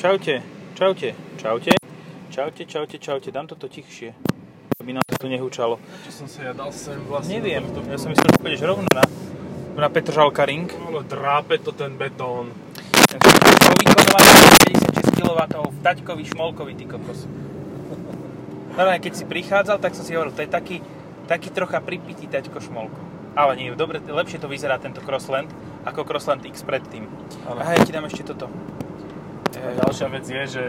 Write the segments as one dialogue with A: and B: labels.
A: Čaute, čaute, čaute. Čaute, čaute, čaute. Dám toto tichšie, aby nám to tu nehučalo.
B: Čo som sa ja dal sem vlastne?
A: Neviem,
B: do tohto-
A: ja som myslel, že pôjdeš rovno na, na Petržalka Ring.
B: Ale drápe to ten betón.
A: Po vykonovaní 56 kW v taťkovi šmolkovi, ty kokos. Normálne, keď si prichádzal, tak som si hovoril, to je taký, taký trocha pripitý taťko šmolko. Ale nie, dobre, lepšie to vyzerá tento Crossland, ako Crossland X predtým.
B: Áno.
A: Aha, ja ti dám ešte toto.
B: A ďalšia vec je, že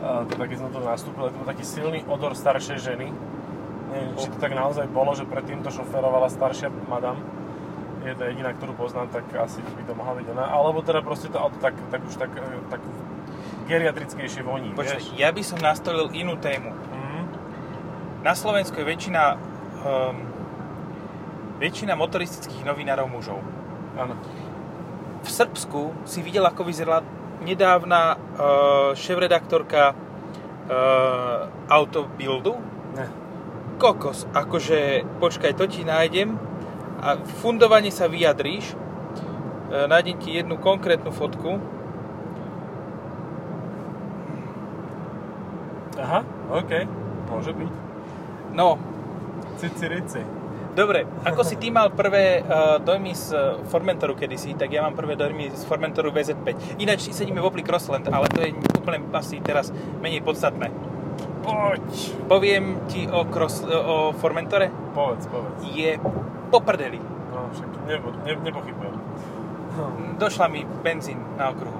B: a, teda keď som to nastúpil, je to bol taký silný odor staršej ženy. Neviem, či to tak naozaj bolo, že predtým to šoferovala staršia madam. Je to jediná, ktorú poznám, tak asi by to mohla byť ona. Alebo teda proste to auto tak, tak už tak, e, tak geriatrickejšie voní, vieš?
A: Počkaj, ja by som nastolil inú tému.
B: Mhm.
A: Na Slovensku je väčšina, um, väčšina motoristických novinárov mužov.
B: Áno.
A: V Srbsku si videl, ako vyzerala nedávna uh, šéf-redaktorka uh, Autobildu.
B: Ne.
A: Kokos, akože, počkaj, to ti nájdem a fundovanie sa vyjadríš. E, nájdem ti jednu konkrétnu fotku.
B: Aha, OK. Môže byť.
A: No,
B: Cicirici.
A: Dobre, ako si ty mal prvé uh, dojmy z eh, Formentoru kedysi, tak ja mám prvé dojmy z Formentoru VZ5. Ináč sedíme v Opli Crossland, ale to je úplne asi teraz menej podstatné.
B: Poď!
A: Poviem ti o, cross, eh, o Formentore,
B: Povedz, povedz.
A: je poprdeli.
B: No, však nebo, ne, nepochybujem.
A: No. Došla mi benzín na okruhu.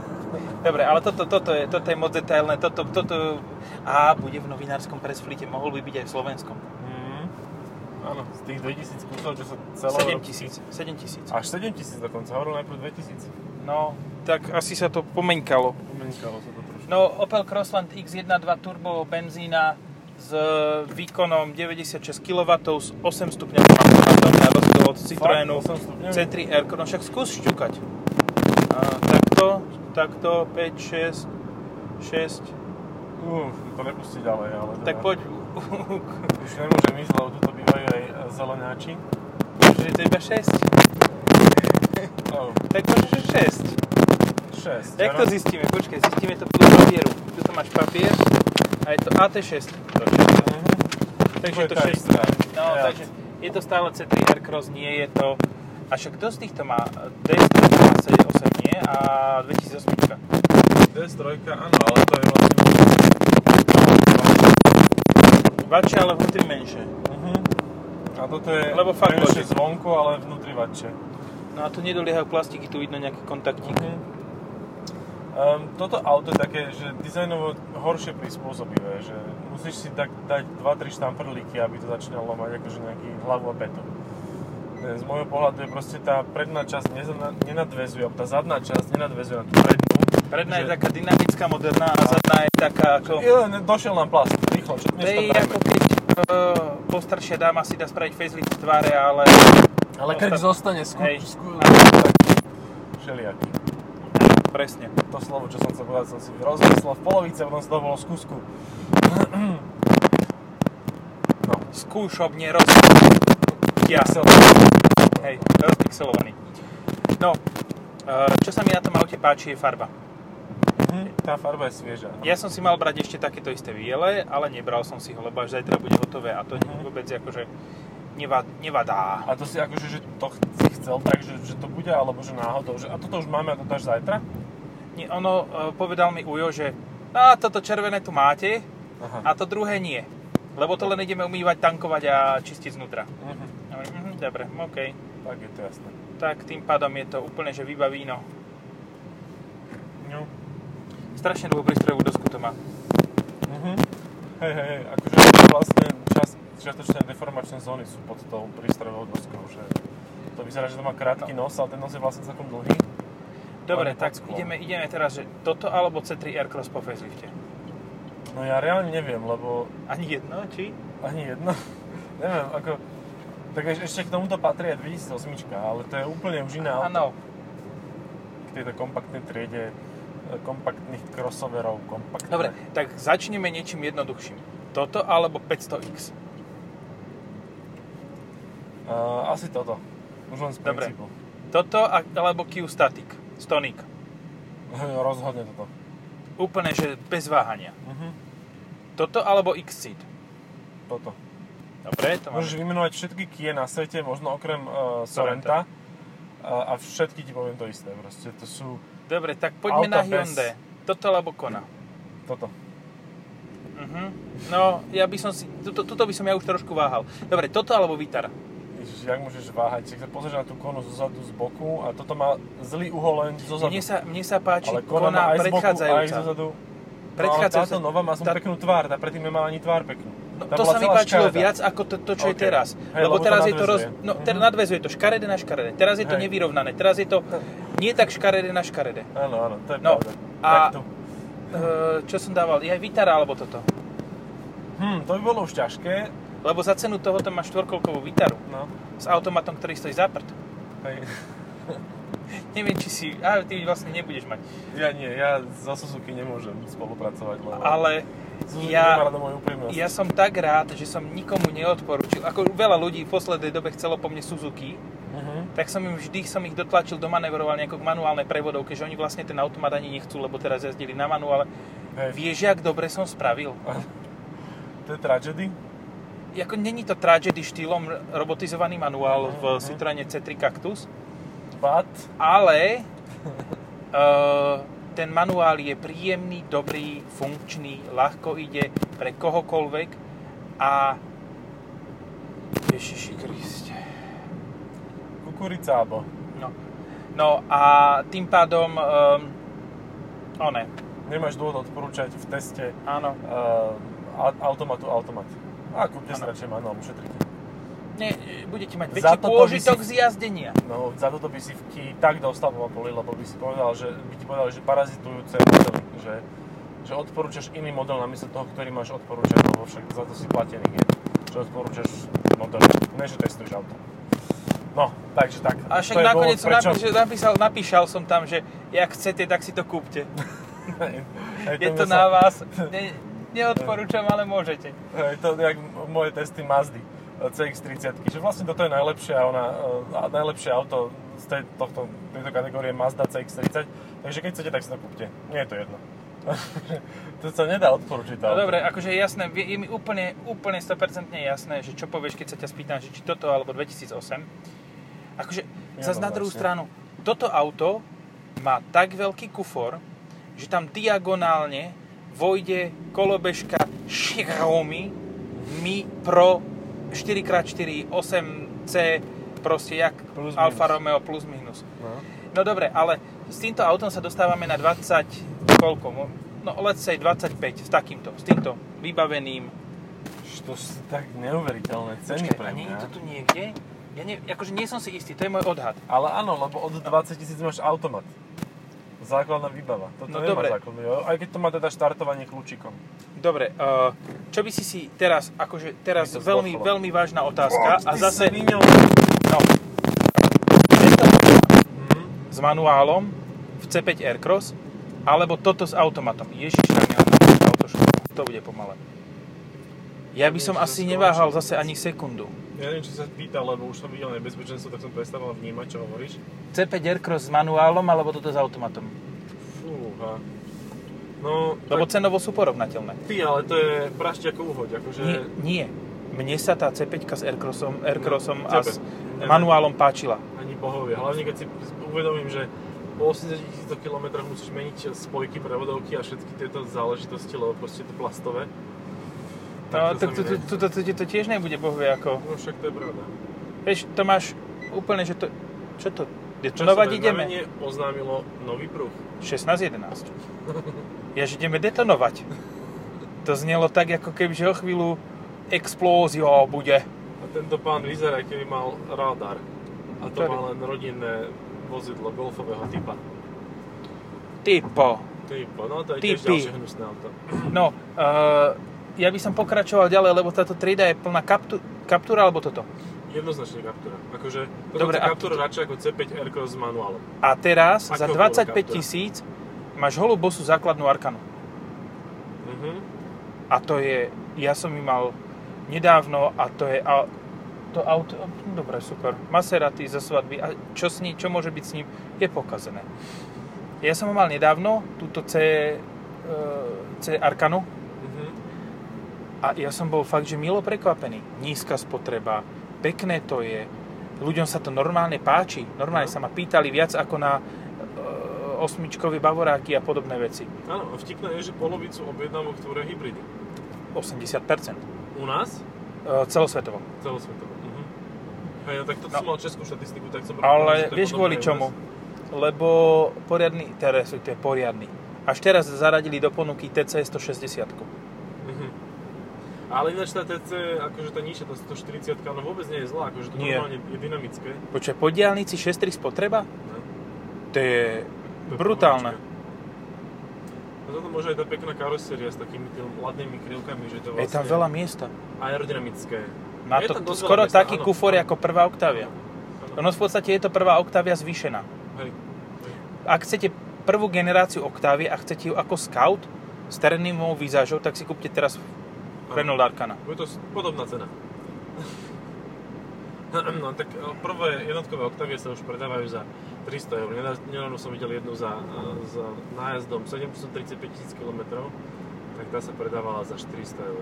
A: Dobre, ale toto, toto, je, toto je moc detailné, toto, toto... A bude v novinárskom presflite, mohol by byť aj v slovenskom.
B: Mm. Áno, z tých 2000 kusov, čo sa
A: 7
B: celé...
A: tisíc, 7 tisíc.
B: Až 7000 dokonca, hovoril najprv 2000.
A: No, tak asi sa to pomenkalo.
B: Pomenkalo sa to trošku.
A: No, Opel Crossland X1.2 turbo benzína s e, výkonom 96 kW s 8 stupňovým automatom na rozdiel od Citroenu
B: Fakt, 8 stupňov?
A: C3 r No však skús šťukať. A, takto, takto, 5, 6, 6.
B: Uf, to nepustí ďalej, ale...
A: Tak
B: teda-
A: poď.
B: Už nemôžem ísť, lebo tuto bývajú aj e, zelenáči.
A: Že je to iba 6.
B: Oh,
A: Tak môžeš že 6.
B: 6.
A: Jak to zistíme? Počkaj, zistíme to podľa papieru. Tuto máš papier a je to AT6.
B: Mhm.
A: Takže je to 6 strán. No,
B: Ja.
A: takže je to stále C3 Aircross, nie je to... A však kto z týchto má? D128 nie a 2008.
B: DS3, áno, ale to je vlastne...
A: Vače, ale vnútri menšie.
B: Mhm. A toto je
A: Lebo fakt
B: menšie
A: logic.
B: zvonku, ale vnútri vačšie.
A: No a tu nedoliehajú plastiky, tu vidno nejaké kontaktíky.
B: Mhm. Um, toto auto je také, že dizajnovo horšie prispôsobivé, že musíš si tak dať 2-3 štamprlíky, aby to začínalo mať akože nejaký hlavu a petu. E, Z môjho pohľadu je proste tá predná časť nezna- nenadvezuje, alebo tá zadná časť nenadvezuje na tú prednú.
A: Predná je
B: Že-
A: taká dynamická, moderná a zadná No. je taká ako...
B: Je len došiel nám plast, rýchlo, čo
A: To
B: dnes
A: je
B: tam dajme.
A: ako keď eh, postaršia dáma si dá spraviť facelift v tváre, ale...
B: Ale krk
A: Ostat-
B: zostane skú...
A: Hej.
B: skú...
A: Áno.
B: Všelijaký.
A: Presne.
B: To slovo, čo som chcel povedať, som si rozmyslel v polovici, a potom som to bol skúsku. No.
A: Skúšobne roz... Ja. Hej, rozpixelovaný. No, eh, čo sa mi na tom aute páči je farba.
B: Mhm, Tá farba je svieža.
A: Ja som si mal brať ešte takéto isté biele, ale nebral som si ho, lebo až zajtra bude hotové a to
B: Mhm.
A: vôbec akože neva- nevadá.
B: A to si akože, že to ch- si chcel tak, že, že to bude, alebo že náhodou, že a toto už máme a toto až zajtra?
A: Nie, ono e, povedal mi Ujo, že a toto červené tu máte a
B: Aha.
A: to druhé nie. Lebo to len ideme umývať, tankovať a čistiť znútra.
B: Mhm,
A: Ja hovorím, mhm, dobre, OK.
B: tak je to jasné.
A: Tak tým pádom je to úplne, že vybavíno.
B: No.
A: Strašne dlhú prístrojovú dosku to má.
B: Mhm. Hej, hej, hej, akože to vlastne čas, čiastočné deformačné zóny sú pod tou prístrojovou doskou, že to vyzerá, že to má krátky
A: No.
B: nos, ale ten nos je vlastne celkom dlhý.
A: Dobre,
B: Len pod
A: tak
B: sklom.
A: ideme, ideme teraz, že toto alebo C3 Aircross po facelifte.
B: No ja reálne neviem, lebo
A: Ani jedno, či?
B: Ani jedno. Neviem, ako... Tak eš- ešte k tomuto patrí aj 2008, ale to je úplne už iná auto
A: Áno,
B: k tejto kompaktnej triede e, kompaktných crossoverov, kompaktných.
A: Dobre, tak začneme niečím jednoduchším. Toto alebo 500X.
B: Uh, asi toto. Už len z
A: Dobre.
B: princípu.
A: Toto a- alebo Q Static. Stonik.
B: Rozhodne toto.
A: úplne, že bez váhania.
B: Mhm.
A: Toto alebo Xceed.
B: Toto.
A: Dobre, to
B: Môžeš
A: máme.
B: vymenovať všetky Kia na svete, možno okrem uh, Sorenta. A, a všetky ti poviem to isté. Proste to sú
A: Dobre, tak poďme
B: Auto
A: na
B: bez-
A: Hyundai. Toto alebo Kona.
B: toto.
A: Mhm. No, ja by som si... Tuto, tuto by som ja už trošku váhal. Dobre, toto alebo Vitara.
B: Ježiš, jak môžeš váhať? Keď sa pozrieš na tú konu zo zadu, z boku a toto má zlý uhol len zo zadu.
A: Mne sa, mne sa páči
B: ale kona, má
A: Kona
B: aj z boku, aj
A: predchádzajúca.
B: zo zadu.
A: Predchádzajúca-
B: No, ale táto nová má som
A: tá-
B: peknú tvár, tá predtým nemala ani tvár peknú.
A: No,
B: Tá
A: to
B: bola
A: sa mi
B: celá
A: páčilo
B: vlastne škaredá.
A: viac ako to, to čo je
B: OK.
A: teraz.
B: Hej,
A: lebo
B: lebo to
A: teraz je to roz...
B: nadväzuje.
A: No, ter,
B: Mhm.
A: nadvezuje to škaredé na škaredé. Teraz je to
B: Hej.
A: nevyrovnané. Teraz je to nie tak škaredé na škaredé.
B: Áno, áno, to je
A: No,
B: pravda.
A: a-
B: Takto.
A: E, čo som dával? Ja Vitara alebo toto.
B: Hm, to by bolo už ťažké.
A: Lebo za cenu tohoto máš štvorkolkovú Vitaru
B: No,
A: s automatom, ktorý stojí za prd.
B: hej.
A: Neviem, či si... Ale ty vlastne nebudeš mať.
B: Ja nie, ja za Suzuki nemôžem spolupracovať, lebo
A: Ale
B: Suzuki
A: ja-
B: nemá vlastne. rada moju úprimnosť.
A: ja som tak rád, že som nikomu neodporúčil. Ako veľa ľudí v poslednej dobe chcelo po mne Suzuki,
B: Mhm.
A: tak som im vždy som ich dotlačil, domanevroval nejako k manuálnej prevodovke, že oni vlastne ten automat ani nechcú, lebo teraz jazdili na manuále.
B: Hej.
A: Vieš, jak dobre som spravil?
B: To je tragedy.
A: Jako není to tragedy štýlom r- robotizovaný manuál v
B: Mhm, mhm.
A: Citroene C3 Cactus,
B: But,
A: ale uh, ten manuál je príjemný, dobrý, funkčný, ľahko ide pre kohokoľvek a Ježiši Kriste.
B: kukuricábo.
A: No. no a tým pádom ehm, um, one,
B: Nemáš dôvod odporúčať v teste
A: áno.
B: uh, a- automatu automat. A kúpte si
A: Áno.
B: radšej manuál, ušetríte.
A: Nie, budete mať
B: Za
A: väčší
B: toto by
A: pôžitok
B: si-
A: z jazdenia.
B: No, za toto by si v Kii tak dostal po poli, lebo by si povedal, že, by ti povedali, že parazitujú cenu, že, že odporúčaš iný model namiesto toho, ktorý máš odporúčať, lebo však za to si platený je, že odporúčaš model, ne, že testuješ auto. No, takže tak.
A: A však
B: To je
A: nakoniec
B: dôvod,
A: som
B: prečo-
A: napíšal, napísal, napíšal som tam, že jak chcete, tak si to kúpte.
B: Hej,
A: Je to
B: mne
A: na
B: sa-
A: vás. Ne, neodporúčam, ale môžete.
B: Hej, to je jak moje testy Mazdy e, CX-30, že vlastne toto je najlepšie, ona, e, a najlepšie auto z tej, tohto, tejto kategórie Mazda CX-30, takže keď chcete, tak si to kúpte. Nie je to jedno. to sa nedá odporúčiť.
A: No
B: to auto.
A: dobre, akože je jasné, je je mi úplne, úplne 100% jasné, že čo povieš, keď sa ťa spýtam, že či toto alebo 2008. Akože,
B: Ja
A: zase
B: no,
A: na druhú
B: vlastne.
A: stranu, toto auto má tak veľký kufor, že tam diagonálne vojde kolobežka Xiaomi Mi Pro 4x4 8C proste jak
B: Plus,
A: Alfa
B: minus.
A: Romeo plus minus.
B: No.
A: No dobre, ale s týmto autom sa dostávame na 20, koľko? Mo- No let's say 25, s takýmto, s týmto vybaveným.
B: Že To sú tak neuveriteľné ceny pre
A: a nie je
B: mňa.
A: to tu niekde? Ja ne, akože nie som si istý, to je môj odhad.
B: Ale áno, lebo od 20 tisíc máš automat. Základná výbava. Toto
A: No
B: nemá
A: dobre.
B: základnú výbavu, aj keď to má teda štartovanie kľúčikom.
A: Dobre, uh, čo by si si teraz, akože teraz
B: Mi to
A: veľmi,
B: zbochlo.
A: veľmi vážna otázka a
B: Ty
A: zase,
B: sviňo.
A: no, tento
B: Mhm.
A: s manuálom v C5 Aircross, alebo toto s automatom. Ježiš, tak mňa auto šlo- to bude pomalé. Ja by som
B: Niečo
A: asi
B: skoro,
A: neváhal
B: čo?
A: zase ani sekundu.
B: Ja neviem, či sa pýtal, lebo už som videl nebezpečenstvo, tak som prestával vnímať, čo hovoríš.
A: C5 Aircross s manuálom alebo toto s automatom?
B: Fúha. No,
A: Lebo
B: tak
A: cenovo sú porovnateľné.
B: ty, ale to je prašť ako uhoď, akože...
A: Nie, nie. Mne sa tá C5 s Aircrossom, Aircrossom
B: No,
A: a
B: C5.
A: s
B: Ne,
A: manuálom páčila.
B: Ani bohovie. Hlavne keď si uvedomím, že po 80 tisíc kilometroch musíš meniť spojky, prevodovky a všetky tieto záležitosti, lebo proste je to plastové.
A: No,
B: to
A: tak
B: sa mi ne-
A: to, to, to, to tiež nebude bohvie ako...
B: No však to je pravda.
A: Vieš, to máš úplne, že to... Čo to?
B: Časové
A: Detonovať ideme?
B: znamenie oznámilo nový pruh.
A: 16.11. Jež ideme detonovať. To znelo tak, ako keby, že o chvíľu explózia bude.
B: A tento pán vyzerá, keby mal radar. A to
A: Ktorý?
B: má len rodinné vozidlo golfového typa.
A: Typo.
B: Typo, no to je tiež
A: Typy.
B: ďalšie hnusné auto.
A: No, uh, ja by som pokračoval ďalej, lebo táto trieda je plná kaptu- kaptúra, alebo toto.
B: Jednoznačne Captura. Akože,
A: Dobre,
B: Dobre,
A: a-
B: Captura radšej ako C5 Aircross s manuálom.
A: A teraz
B: Ako
A: za
B: bolo
A: 25
B: Captura?
A: tisíc máš holú bosu základnú Arkanu.
B: Mhm.
A: A to je, ja som ju mal nedávno a to je a, to auto, dobre, super. Maserati zo svadby a čo, s ní, čo môže byť s ním, je pokazené. Ja som ho mal nedávno, túto C, eh, C Arkanu
B: Mhm.
A: a ja som bol fakt, že milo prekvapený. Nízka spotreba, pekné to je, ľuďom sa to normálne páči, normálne
B: No.
A: sa ma pýtali viac ako na e, osmičkové bavoráky a podobné veci.
B: Áno, a vtipné je, že polovicu objednávok tvoria hybridy.
A: 80%.
B: U nás?
A: E, celosvetovo.
B: Celosvetovo. Mhm. Hej, no tak to
A: No.
B: som mal českú štatistiku, tak som...
A: Ale
B: že to je
A: vieš
B: podobné
A: kvôli
B: aj u
A: čomu?
B: nás.
A: Lebo poriadny, teraz to je poriadny. Až teraz zaradili do ponuky TC 160.
B: Mhm. Ale ináč tá TC, akože tá nižšia, tá 140 no vôbec nie je zlá, akože to
A: Nie.
B: normálne je dynamické.
A: Počkaj, po diálnici 6.3 spotreba?
B: Ne?
A: To je
B: To je
A: brutálne.
B: pohodička. A toto môže aj tá pekná karoséria s takými tým ladnými krivkami, že to
A: Je
B: vlastne
A: tam veľa miesta.
B: aerodynamické.
A: Má
B: Je
A: to
B: tam dosť veľa
A: skoro
B: miesta,
A: taký
B: áno.
A: kufor ako prvá Octavia.
B: Áno.
A: No v podstate je to prvá Octavia zvýšená.
B: Hej.
A: Ak chcete prvú generáciu Octavie a chcete ju ako scout s terénnou výzažou, tak si kúpte teraz Renault Arkana.
B: Bude to s- podobná cena. No tak e, prvé jednotkové Octavie sa už predávajú za 300 eur. Nedá- Nedávno som videl jednu za, e, za nájazdom 735 tisíc km, tak tá sa predávala za 400 eur.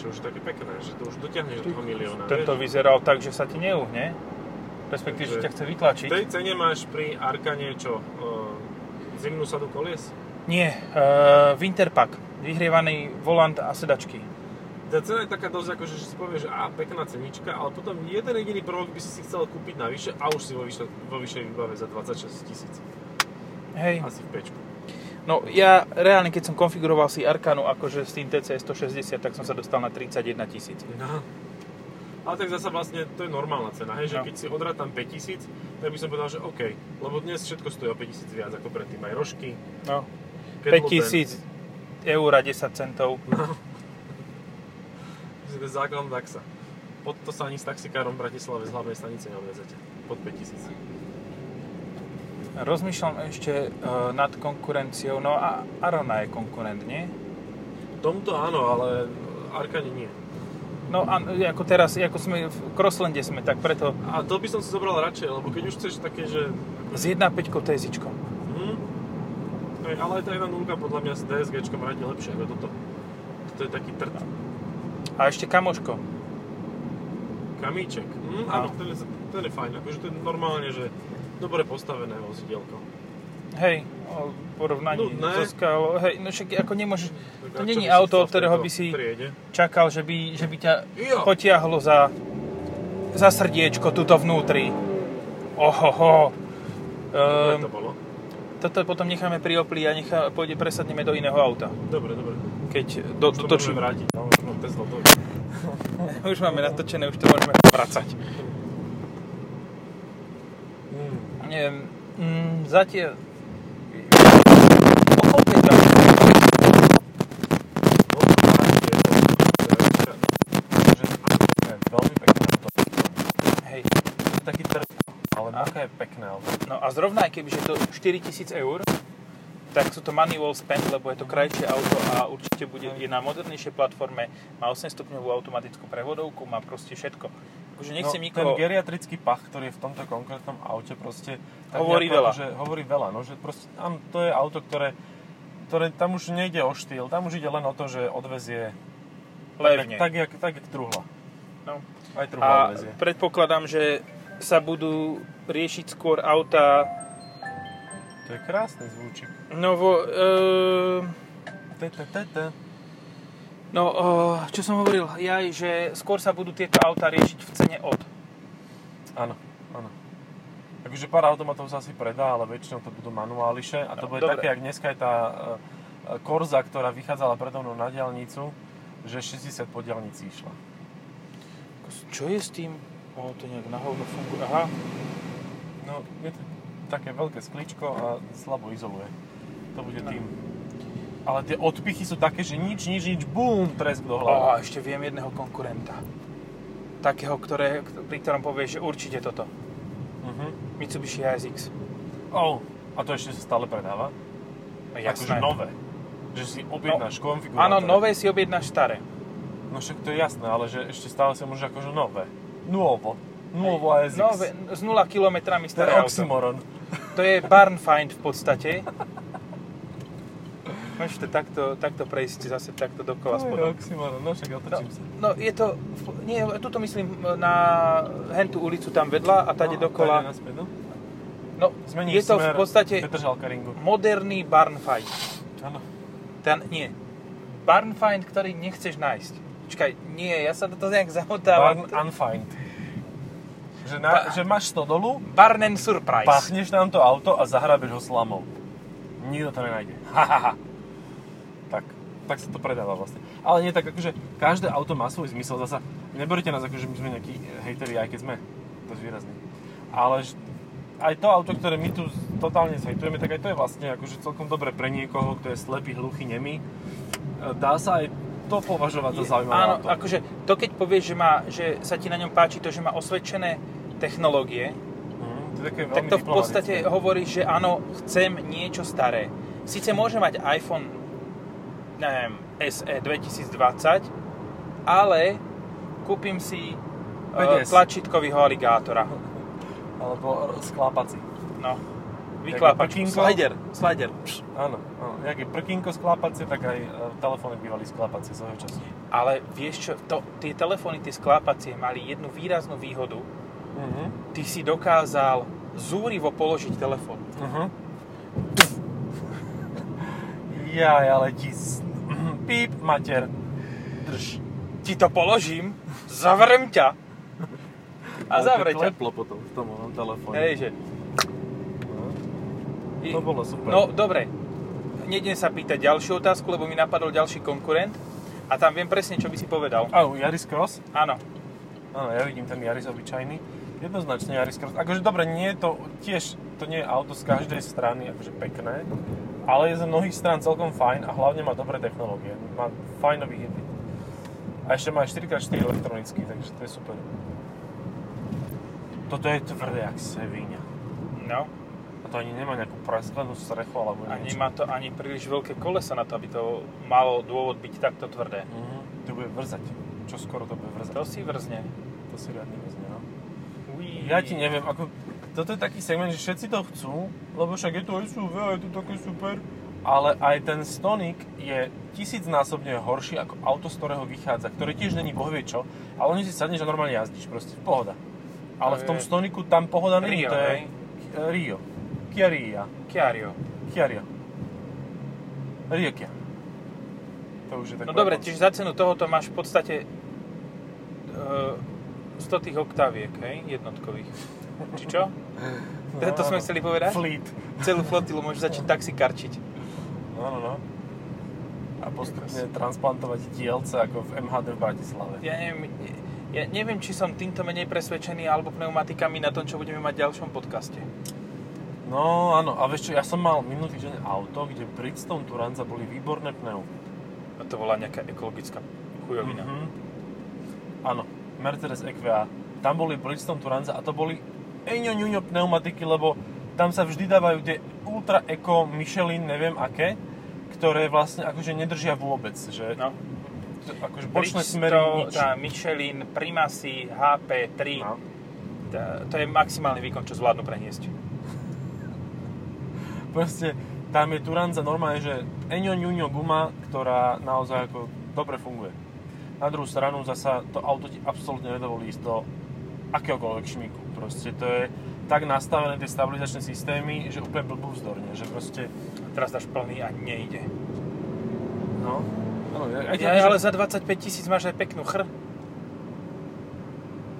B: Čo už je také pekné, že to už dotiahneš do toho milióna.
A: Tento
B: vieš?
A: vyzeral tak, že sa ti neuhne, respektíve, že ťa chce vytlačiť.
B: V tej cene máš pri Arkane čo? E, zimnú sadu kolies?
A: Nie, uh, Winterpack, vyhrievaný volant a sedačky.
B: Tá cena je taká dosť, akože, že si povieš, že á, pekná cenička, ale potom jeden jediný prvok by si si chcel kúpiť navyše a už si vo, vyššej, vo vyššej výbave za 26 tisíc.
A: Hej.
B: Asi v pečku.
A: No ja reálne, keď som konfiguroval si Arkanu akože s tým TC 160, tak som sa dostal na 31 tisíc.
B: No. Ale tak zasa vlastne to je normálna cena, hej, že
A: No.
B: keď si odrátam 5 tisíc, tak by som povedal, že OK, lebo dnes všetko stojí o 5 tisíc viac ako predtým, aj rožky,
A: No,
B: Kettlebell.
A: 5 tisíc eur a 10 centov.
B: To je základ DAXa. Pod to sa ani s taxikárom v Bratislave z hlavnej stanice neodvezete. Pod 5 tisíc.
A: Rozmýšľam ešte e, nad konkurenciou. No a Arona je konkurent, nie?
B: Tomto áno, ale Arkane nie.
A: No a ako teraz, ako sme v Crosslande sme, tak preto
B: A to by som si zobral radšej, lebo keď už chceš také, že...
A: s 1.5 tézičkom.
B: Hm, Hej, ale aj tá 1.0 podľa mňa s DSGčkom radí lepšie ako toto. Toto je taký trd.
A: A ešte kamoško.
B: Kamíček. Hm, áno, ten je, ten je fajn. Akože to je normálne, že dobre postavené vozidielko.
A: Hej, o porovnaní
B: Nudné.
A: so skalou. Hej, no však ako nemôžeš...
B: Tak
A: To
B: a čo
A: není
B: by si
A: auto,
B: chcel
A: od ktorého
B: v tejto
A: by si-
B: Triede.
A: čakal, že by, že by ťa
B: Jo.
A: potiahlo za, za srdiečko tuto vnútri. Ohoho.
B: Dobre
A: Um,
B: to bolo.
A: toto potom necháme pri Opli a nechá, pôjde, presadneme do iného auta.
B: Dobre, dobre.
A: Keď do,
B: Už to môžeme
A: dotočíme.
B: vrátiť. No, no, Tesla, to
A: Už máme natočené, už to môžeme vracať.
B: Hm.
A: Neviem, mm, zatiaľ...
B: Veľmi pekné auto.
A: Hej.
B: Taký trd, ale moka je pekné auto.
A: No a zrovna, aj keby je to 4000 eur, tak sú to money well spent, lebo je to krajšie auto a určite bude, je na modernejšej platforme, má 8-stupňovú automatickú prevodovku, má proste všetko. Akože nechcem no, nikoho...
B: Ten geriatrický pach, ktorý je v tomto konkrétnom aute, proste...
A: Hovorí
B: nejako
A: veľa.
B: akože hovorí veľa, no, že proste, tam, to je auto, ktoré, ktoré tam už nejde o štýl, tam už ide len o to, že odvezie
A: Levne.
B: Tak, jak, tak, jak truhla.
A: No.
B: Aj truhla
A: A
B: odvezie.
A: predpokladám, že sa budú riešiť skôr auta
B: To je krásny zvúčik.
A: novo... E,
B: Te, te, te, te.
A: no, e, čo som hovoril, ja, že skôr sa budú tieto auta riešiť v cene od.
B: Áno, áno. Akože pár automatov sa asi predá, ale väčšinou to budú manuáliše a to
A: No,
B: bude
A: dobre.
B: také, jak dneska je tá e, e, Korza, ktorá vychádzala predo mnou na diálnicu, že 60 po diálnici išla.
A: Čo je s tým? O, to nejak na hovno funguje. Aha,
B: No, je to také veľké sklíčko a slabo izoluje. To bude
A: No.
B: tým. Ale tie odpichy sú také, že nič, nič, nič, bum, tresk do hlavy.
A: A ešte viem jedného konkurenta. Takého, ktoré, pri ktorom povieš, že určite toto.
B: Uh-huh.
A: Mitsubishi ASX.
B: Oh. A to ešte sa stále predáva?
A: No,
B: Akože
A: jasné.
B: nové. Že si objednáš no, konfigurátor.
A: Áno, nové si objednáš staré.
B: No však to je jasné, ale že ešte stále sa môže akože nové. Nuovo. Nuovo ASX.
A: Nové, s 0 kilometrami
B: To je
A: staré auto.
B: oxymoron.
A: To je barn find v podstate. Máš to takto, takto prejsť zase takto dokola spodom.
B: oxymoron, no však otočím sa.
A: No je to, nie, tuto myslím e, na hentu ulicu tam vedľa a tady
B: No, tady
A: dokola.
B: naspäť, no.
A: No,
B: Zmeníš
A: je to v
B: smer
A: podstate
B: Petržalka ringu.
A: moderný barn fight.
B: Áno.
A: Ten, nie. Barn find, ktorý nechceš nájsť. Čakaj, nie, ja sa do toho nejak zamotávam.
B: Barn unfind. Že, na,
A: Pa-
B: že máš to dolu,
A: Barn and surprise.
B: Pachneš nám to auto a zahrabeš ho slamou. Nikto to nenájde. Ha, ha, ha. Tak, tak sa to predáva vlastne. Ale nie tak, akože každé auto má svoj zmysel. Zasa neberite nás, akože my sme nejakí hejteri, aj keď sme dosť výrazní. Ale ž- aj to auto, ktoré my tu totálne zhejtujeme, tak aj to je vlastne akože celkom dobre pre niekoho, kto je slepý, hluchý, nemý. E, Dá sa aj to považovať za zaujímavé
A: Áno,
B: auto. Mhm,
A: akože to keď povieš, že, má, že sa ti na ňom páči to, že má osvedčené technológie,
B: Mhm, to je také
A: tak
B: veľmi
A: to v podstate
B: diplomatické.
A: hovoríš, že áno, chcem niečo staré. Sice môže mať iPhone neviem, SE 2020, ale kúpim si e,
B: 5S.
A: tlačítkového aligátora.
B: Alebo r- sklápací.
A: No, vyklápač,
B: Jako
A: slider, slider.
B: Áno, áno. Jak je prkinko sklápacie, tak aj e, telefóny bývali sklápacie svojho času.
A: Ale vieš čo, to, tie telefóny, tie sklápacie mali jednu výraznú výhodu.
B: Mhm.
A: Ty si dokázal zúrivo položiť telefón.
B: Uh-huh. Jaj, ale ti... s- Píp, mater. Drž.
A: Ti to položím, zavrem ťa. A zavre ťa.
B: Leplo potom v tom onom telefóne.
A: Hej, že...
B: No. To bolo super.
A: No, dobre. Nedne sa pýtať ďalšiu otázku, lebo mi napadol ďalší konkurent. A tam viem presne, čo by si povedal.
B: Au, Yaris Cross?
A: Áno.
B: Áno, No, ja vidím ten Yaris obyčajný. Jednoznačne Yaris Cross. Akože dobre, nie je to tiež, to nie je auto z každej strany akože pekné, ale je z mnohých strán celkom fajn a hlavne má dobré technológie. Má fajnový hybrid. A ešte má 4x4 elektronický, takže to je super. Toto je tvrdé, jak Sevíňa.
A: No.
B: A to ani nemá nejakú prasklenú strechu alebo
A: A
B: niečo.
A: nemá to ani príliš veľké kolesa na to, aby to malo dôvod byť takto tvrdé.
B: Mhm, to bude vrzať. Čo skoro to bude vrzať.
A: To si vrzne.
B: to si riadne vezme, no.
A: Uí.
B: Ja ti neviem, ako... Toto je taký segment, že všetci to chcú, lebo však je to SUV a je to také super, ale aj ten Stonic je tisícnásobne horší ako auto, z ktorého vychádza, ktoré tiež není bohvie čo, ale oni si sadneš a normálne jazdíš, proste, pohoda. Ale
A: To
B: v tom
A: je
B: Stoniku tam pohoda není,
A: Rio,
B: to je...
A: hej?
B: Rio. Kia Ria.
A: Chiario.
B: Kia Ria. Rio Kia. To už je
A: No dobre, čiže za cenu tohoto máš v podstate e, 100 tých oktáviek, hej? Jednotkových. Či čo?
B: No
A: To, to sme chceli povedať?
B: Fleet.
A: Celú flotilu môžeš začať taxikarčiť.
B: No, no, no. A postupne transplantovať dielce ako v MHD v Bratislave.
A: Ja neviem, ja neviem, či som týmto menej presvedčený alebo pneumatikami na tom, čo budeme mať v ďalšom podcaste.
B: No áno, a vieš čo, ja som mal minulý týždeň auto, kde Bridgestone Turanza boli výborné pneu.
A: A No to bola nejaká ekologická chujovina.
B: Mhm. Áno, Mercedes EQA. Tam boli Bridgestone Turanza a to boli eňo pneumatiky, lebo tam sa vždy dávajú tie ultra eco Michelin, neviem aké, ktoré vlastne akože nedržia vôbec, že
A: No.
B: to, akože bočné smery
A: Bridgestone,
B: nič.
A: tá Michelin, Primasy, HP3,
B: No.
A: tá, to je maximálny výkon, čo zvládnu preniesť.
B: Proste tam je Turanza normálne, že eňo ňuňo guma, ktorá naozaj ako dobre funguje. Na druhú stranu zasa to auto ti absolútne nedovolí ísť do akéhokoľvek šmíku. Proste to je tak nastavené tie stabilizačné systémy, že úplne blbú vzdorne, že proste,
A: Teraz dáš plný a nejde.
B: no. no aj,
A: Ja, ale za 25 tisíc máš aj peknú chr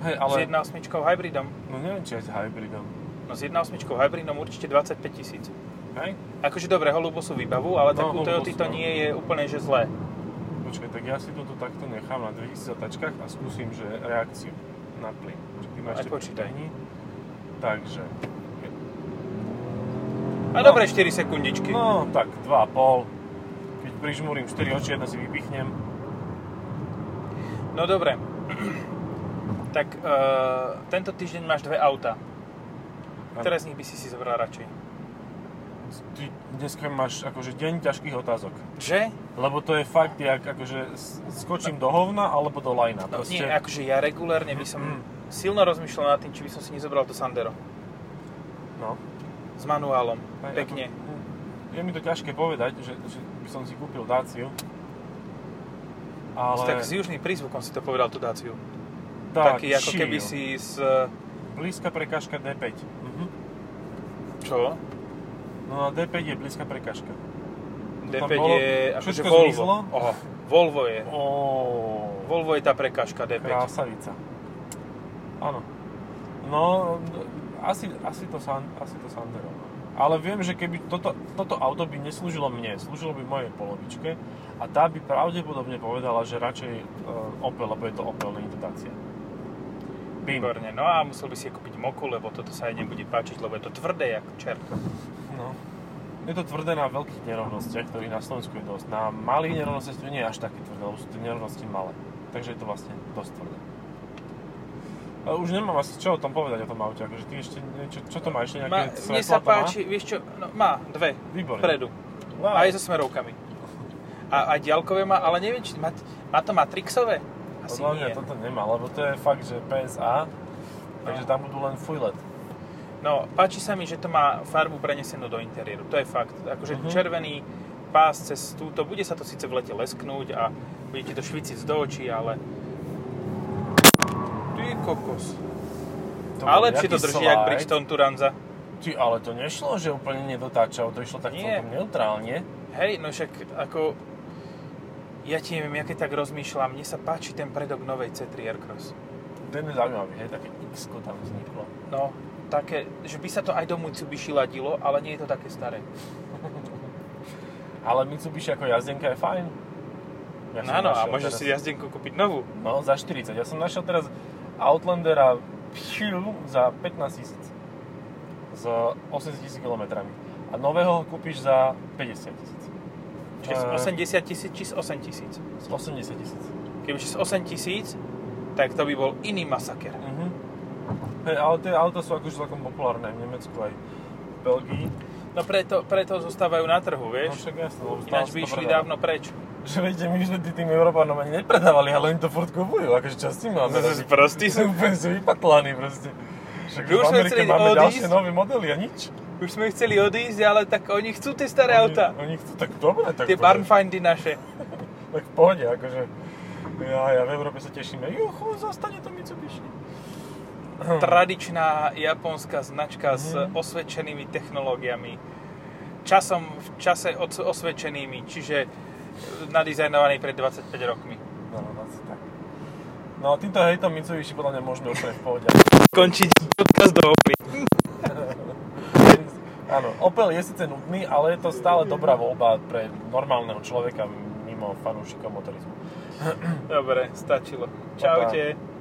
B: hej,
A: ale...
B: ale,
A: s 1.8 hybridom.
B: no neviem, či aj s hybridom.
A: No s 1.8 hybridom určite 25 tisíc.
B: Hej?
A: Akože dobre, holubosu vybavu, ale
B: No,
A: takú
B: Holubosu,
A: Toyota to
B: no.
A: nie je úplne že zlé.
B: Počkaj, tak ja si toto takto nechám na 2000 tačkách a skúsim, že reakciu na plyn. Čo ty máš
A: Aj
B: ešte
A: počítaj.
B: plyn? Takže,
A: A
B: No.
A: dobre 4 sekundičky.
B: No, tak 2,5. Keď prižmúrim 4 oči, jedno si vypichnem.
A: No dobre. tak e, tento týždeň máš dve auta. Ktoré z nich by si si zobral radšej?
B: Ty dneska máš akože deň ťažkých otázok.
A: Že?
B: Lebo to je fakt, jak akože s- skočím do hovna alebo do lajna.
A: No, nie,
B: Proste,
A: akože ja regulérne by som silno rozmýšľal nad tým, či by som si nezobral to Sandero.
B: no.
A: S manuálom.
B: Aj,
A: Pekne.
B: ako- je mi to ťažké povedať, že, že by som si kúpil Daciu. Ale
A: Tak s južným prízvukom si to povedal tú dáciu.
B: tak,
A: Taký, ako
B: chill.
A: keby si z... e,
B: Blízka prekážka D5. Mhm.
A: Čo?
B: No a D5 je blízka prekážka.
A: D5
B: bolo-
A: je... Akože
B: všetko
A: Volvo.
B: zmizlo?
A: Oho, Volvo je.
B: Oh.
A: Volvo je tá prekážka D5.
B: Krásavica. Áno. No, d- asi, asi, to, San- asi to Sandero. no. Ale viem, že keby toto, toto auto by neslúžilo mne, slúžilo by mojej polovičke a tá by pravdepodobne povedala, že radšej uh, Opel, lebo je to Opel, nie je to Dacia. Bim.
A: Výborne. No a musel by si kúpiť moku, lebo toto sa jej nebude páčiť, lebo je to tvrdé jak čert.
B: No. Je to tvrdé na veľkých nerovnostiach, ktorých na Slovensku je dosť. Na malých nerovnostiach to nie je až také tvrdé, lebo sú tie nerovnosti malé. Takže je to vlastne dosť tvrdé. Ale už nemám asi čo o tom povedať o tom aute, akože ty ešte niečo, čo to má ešte nejaké
A: Ma,
B: svetla
A: mne sa
B: to má?
A: páči, vieš čo, no, má dve.
B: Výborne.
A: Vpredu.
B: Wow.
A: Aj so smerovkami. A, a diaľkové má, ale neviem, či má, má to matrixové? Asi
B: Podľa mňa
A: nie.
B: toto nemá, lebo to je fakt, že PSA, takže tam budú len fujlet.
A: No, páči sa mi, že to má farbu prenesenú do interiéru. To je fakt. Akože
B: Mhm.
A: červený pás cez túto, bude sa to síce v lete lesknúť a budete to šviciť do očí, ale... Ty kokos.
B: To
A: a
B: bol
A: lepšie to
B: nejaký
A: drží,
B: slide.
A: jak Bridgestone Turanza.
B: Ty, ale to nešlo, že úplne nedotáčalo, to išlo tak
A: Nie.
B: celkom neutrálne.
A: Hej, no však ako... Ja ti neviem, ja keď tak rozmýšľam, mne sa páči ten predok novej C3 Aircross.
B: Ten je zaujímavý, hej, také x tam vzniklo.
A: No, také, že by sa to aj do Mitsubishi ladilo, ale nie je to také staré.
B: Ale Mitsubishi ako jazdenka je fajn. Ja som
A: No áno, a
B: našiel
A: môžeš
B: teraz-
A: si jazdenku kúpiť novú.
B: No, za 40. Ja som našiel teraz Outlandera pšiu, za 15 tisíc. S 80 tisíc kilometrami. A nového ho kúpiš za 50 tisíc.
A: Čiže z
B: Eh.
A: 80 tisíc, či z 8 tisíc.
B: S 80 tisíc.
A: Keby z 8 tisíc, tak to by bol iný masaker.
B: Mhm. Hej, ale tie auta sú akože celkom populárne v Nemecku aj v Belgii.
A: No preto, preto zostávajú na trhu,
B: No
A: vieš?
B: však jasné, lebo stále
A: Ináč
B: sa
A: by
B: to
A: išli
B: predáva.
A: dávno preč.
B: Že viete, my sme tí tým Európanom ani nepredávali, ale oni to furt kupujú, akože čo s tým máme robiť?
A: prostý
B: Ty sú úplne sú vypatlaní proste. Však
A: My už
B: v
A: sme
B: Amerike
A: chceli
B: máme
A: odísť.
B: ďalšie nové modely a nič.
A: Už sme chceli odísť, ale tak oni chcú tie staré auta.
B: Oni, oni chcú tak dobre. Tak,
A: Tie
B: poďme.
A: barnfindy naše.
B: tak v pohode, akože. Ja, ja v Európe sa tešíme. Juchu, zostane to Mitsubishi.
A: Tradičná japonská značka s
B: Mhm.
A: osvedčenými technológiami. Časom v čase os- osvedčenými, čiže nadizajnovaný pred 25 rokmi.
B: No, no, asi tak. No a týmto hejtom Mitsubishi podľa mňa môžeme úplne v pohode.
A: Končiť podcast do opy.
B: Áno, Opel je síce nudný, ale je to stále dobrá voľba pre normálneho človeka mimo fanúšikov motorizmu.
A: Dobre, stačilo. Čaute.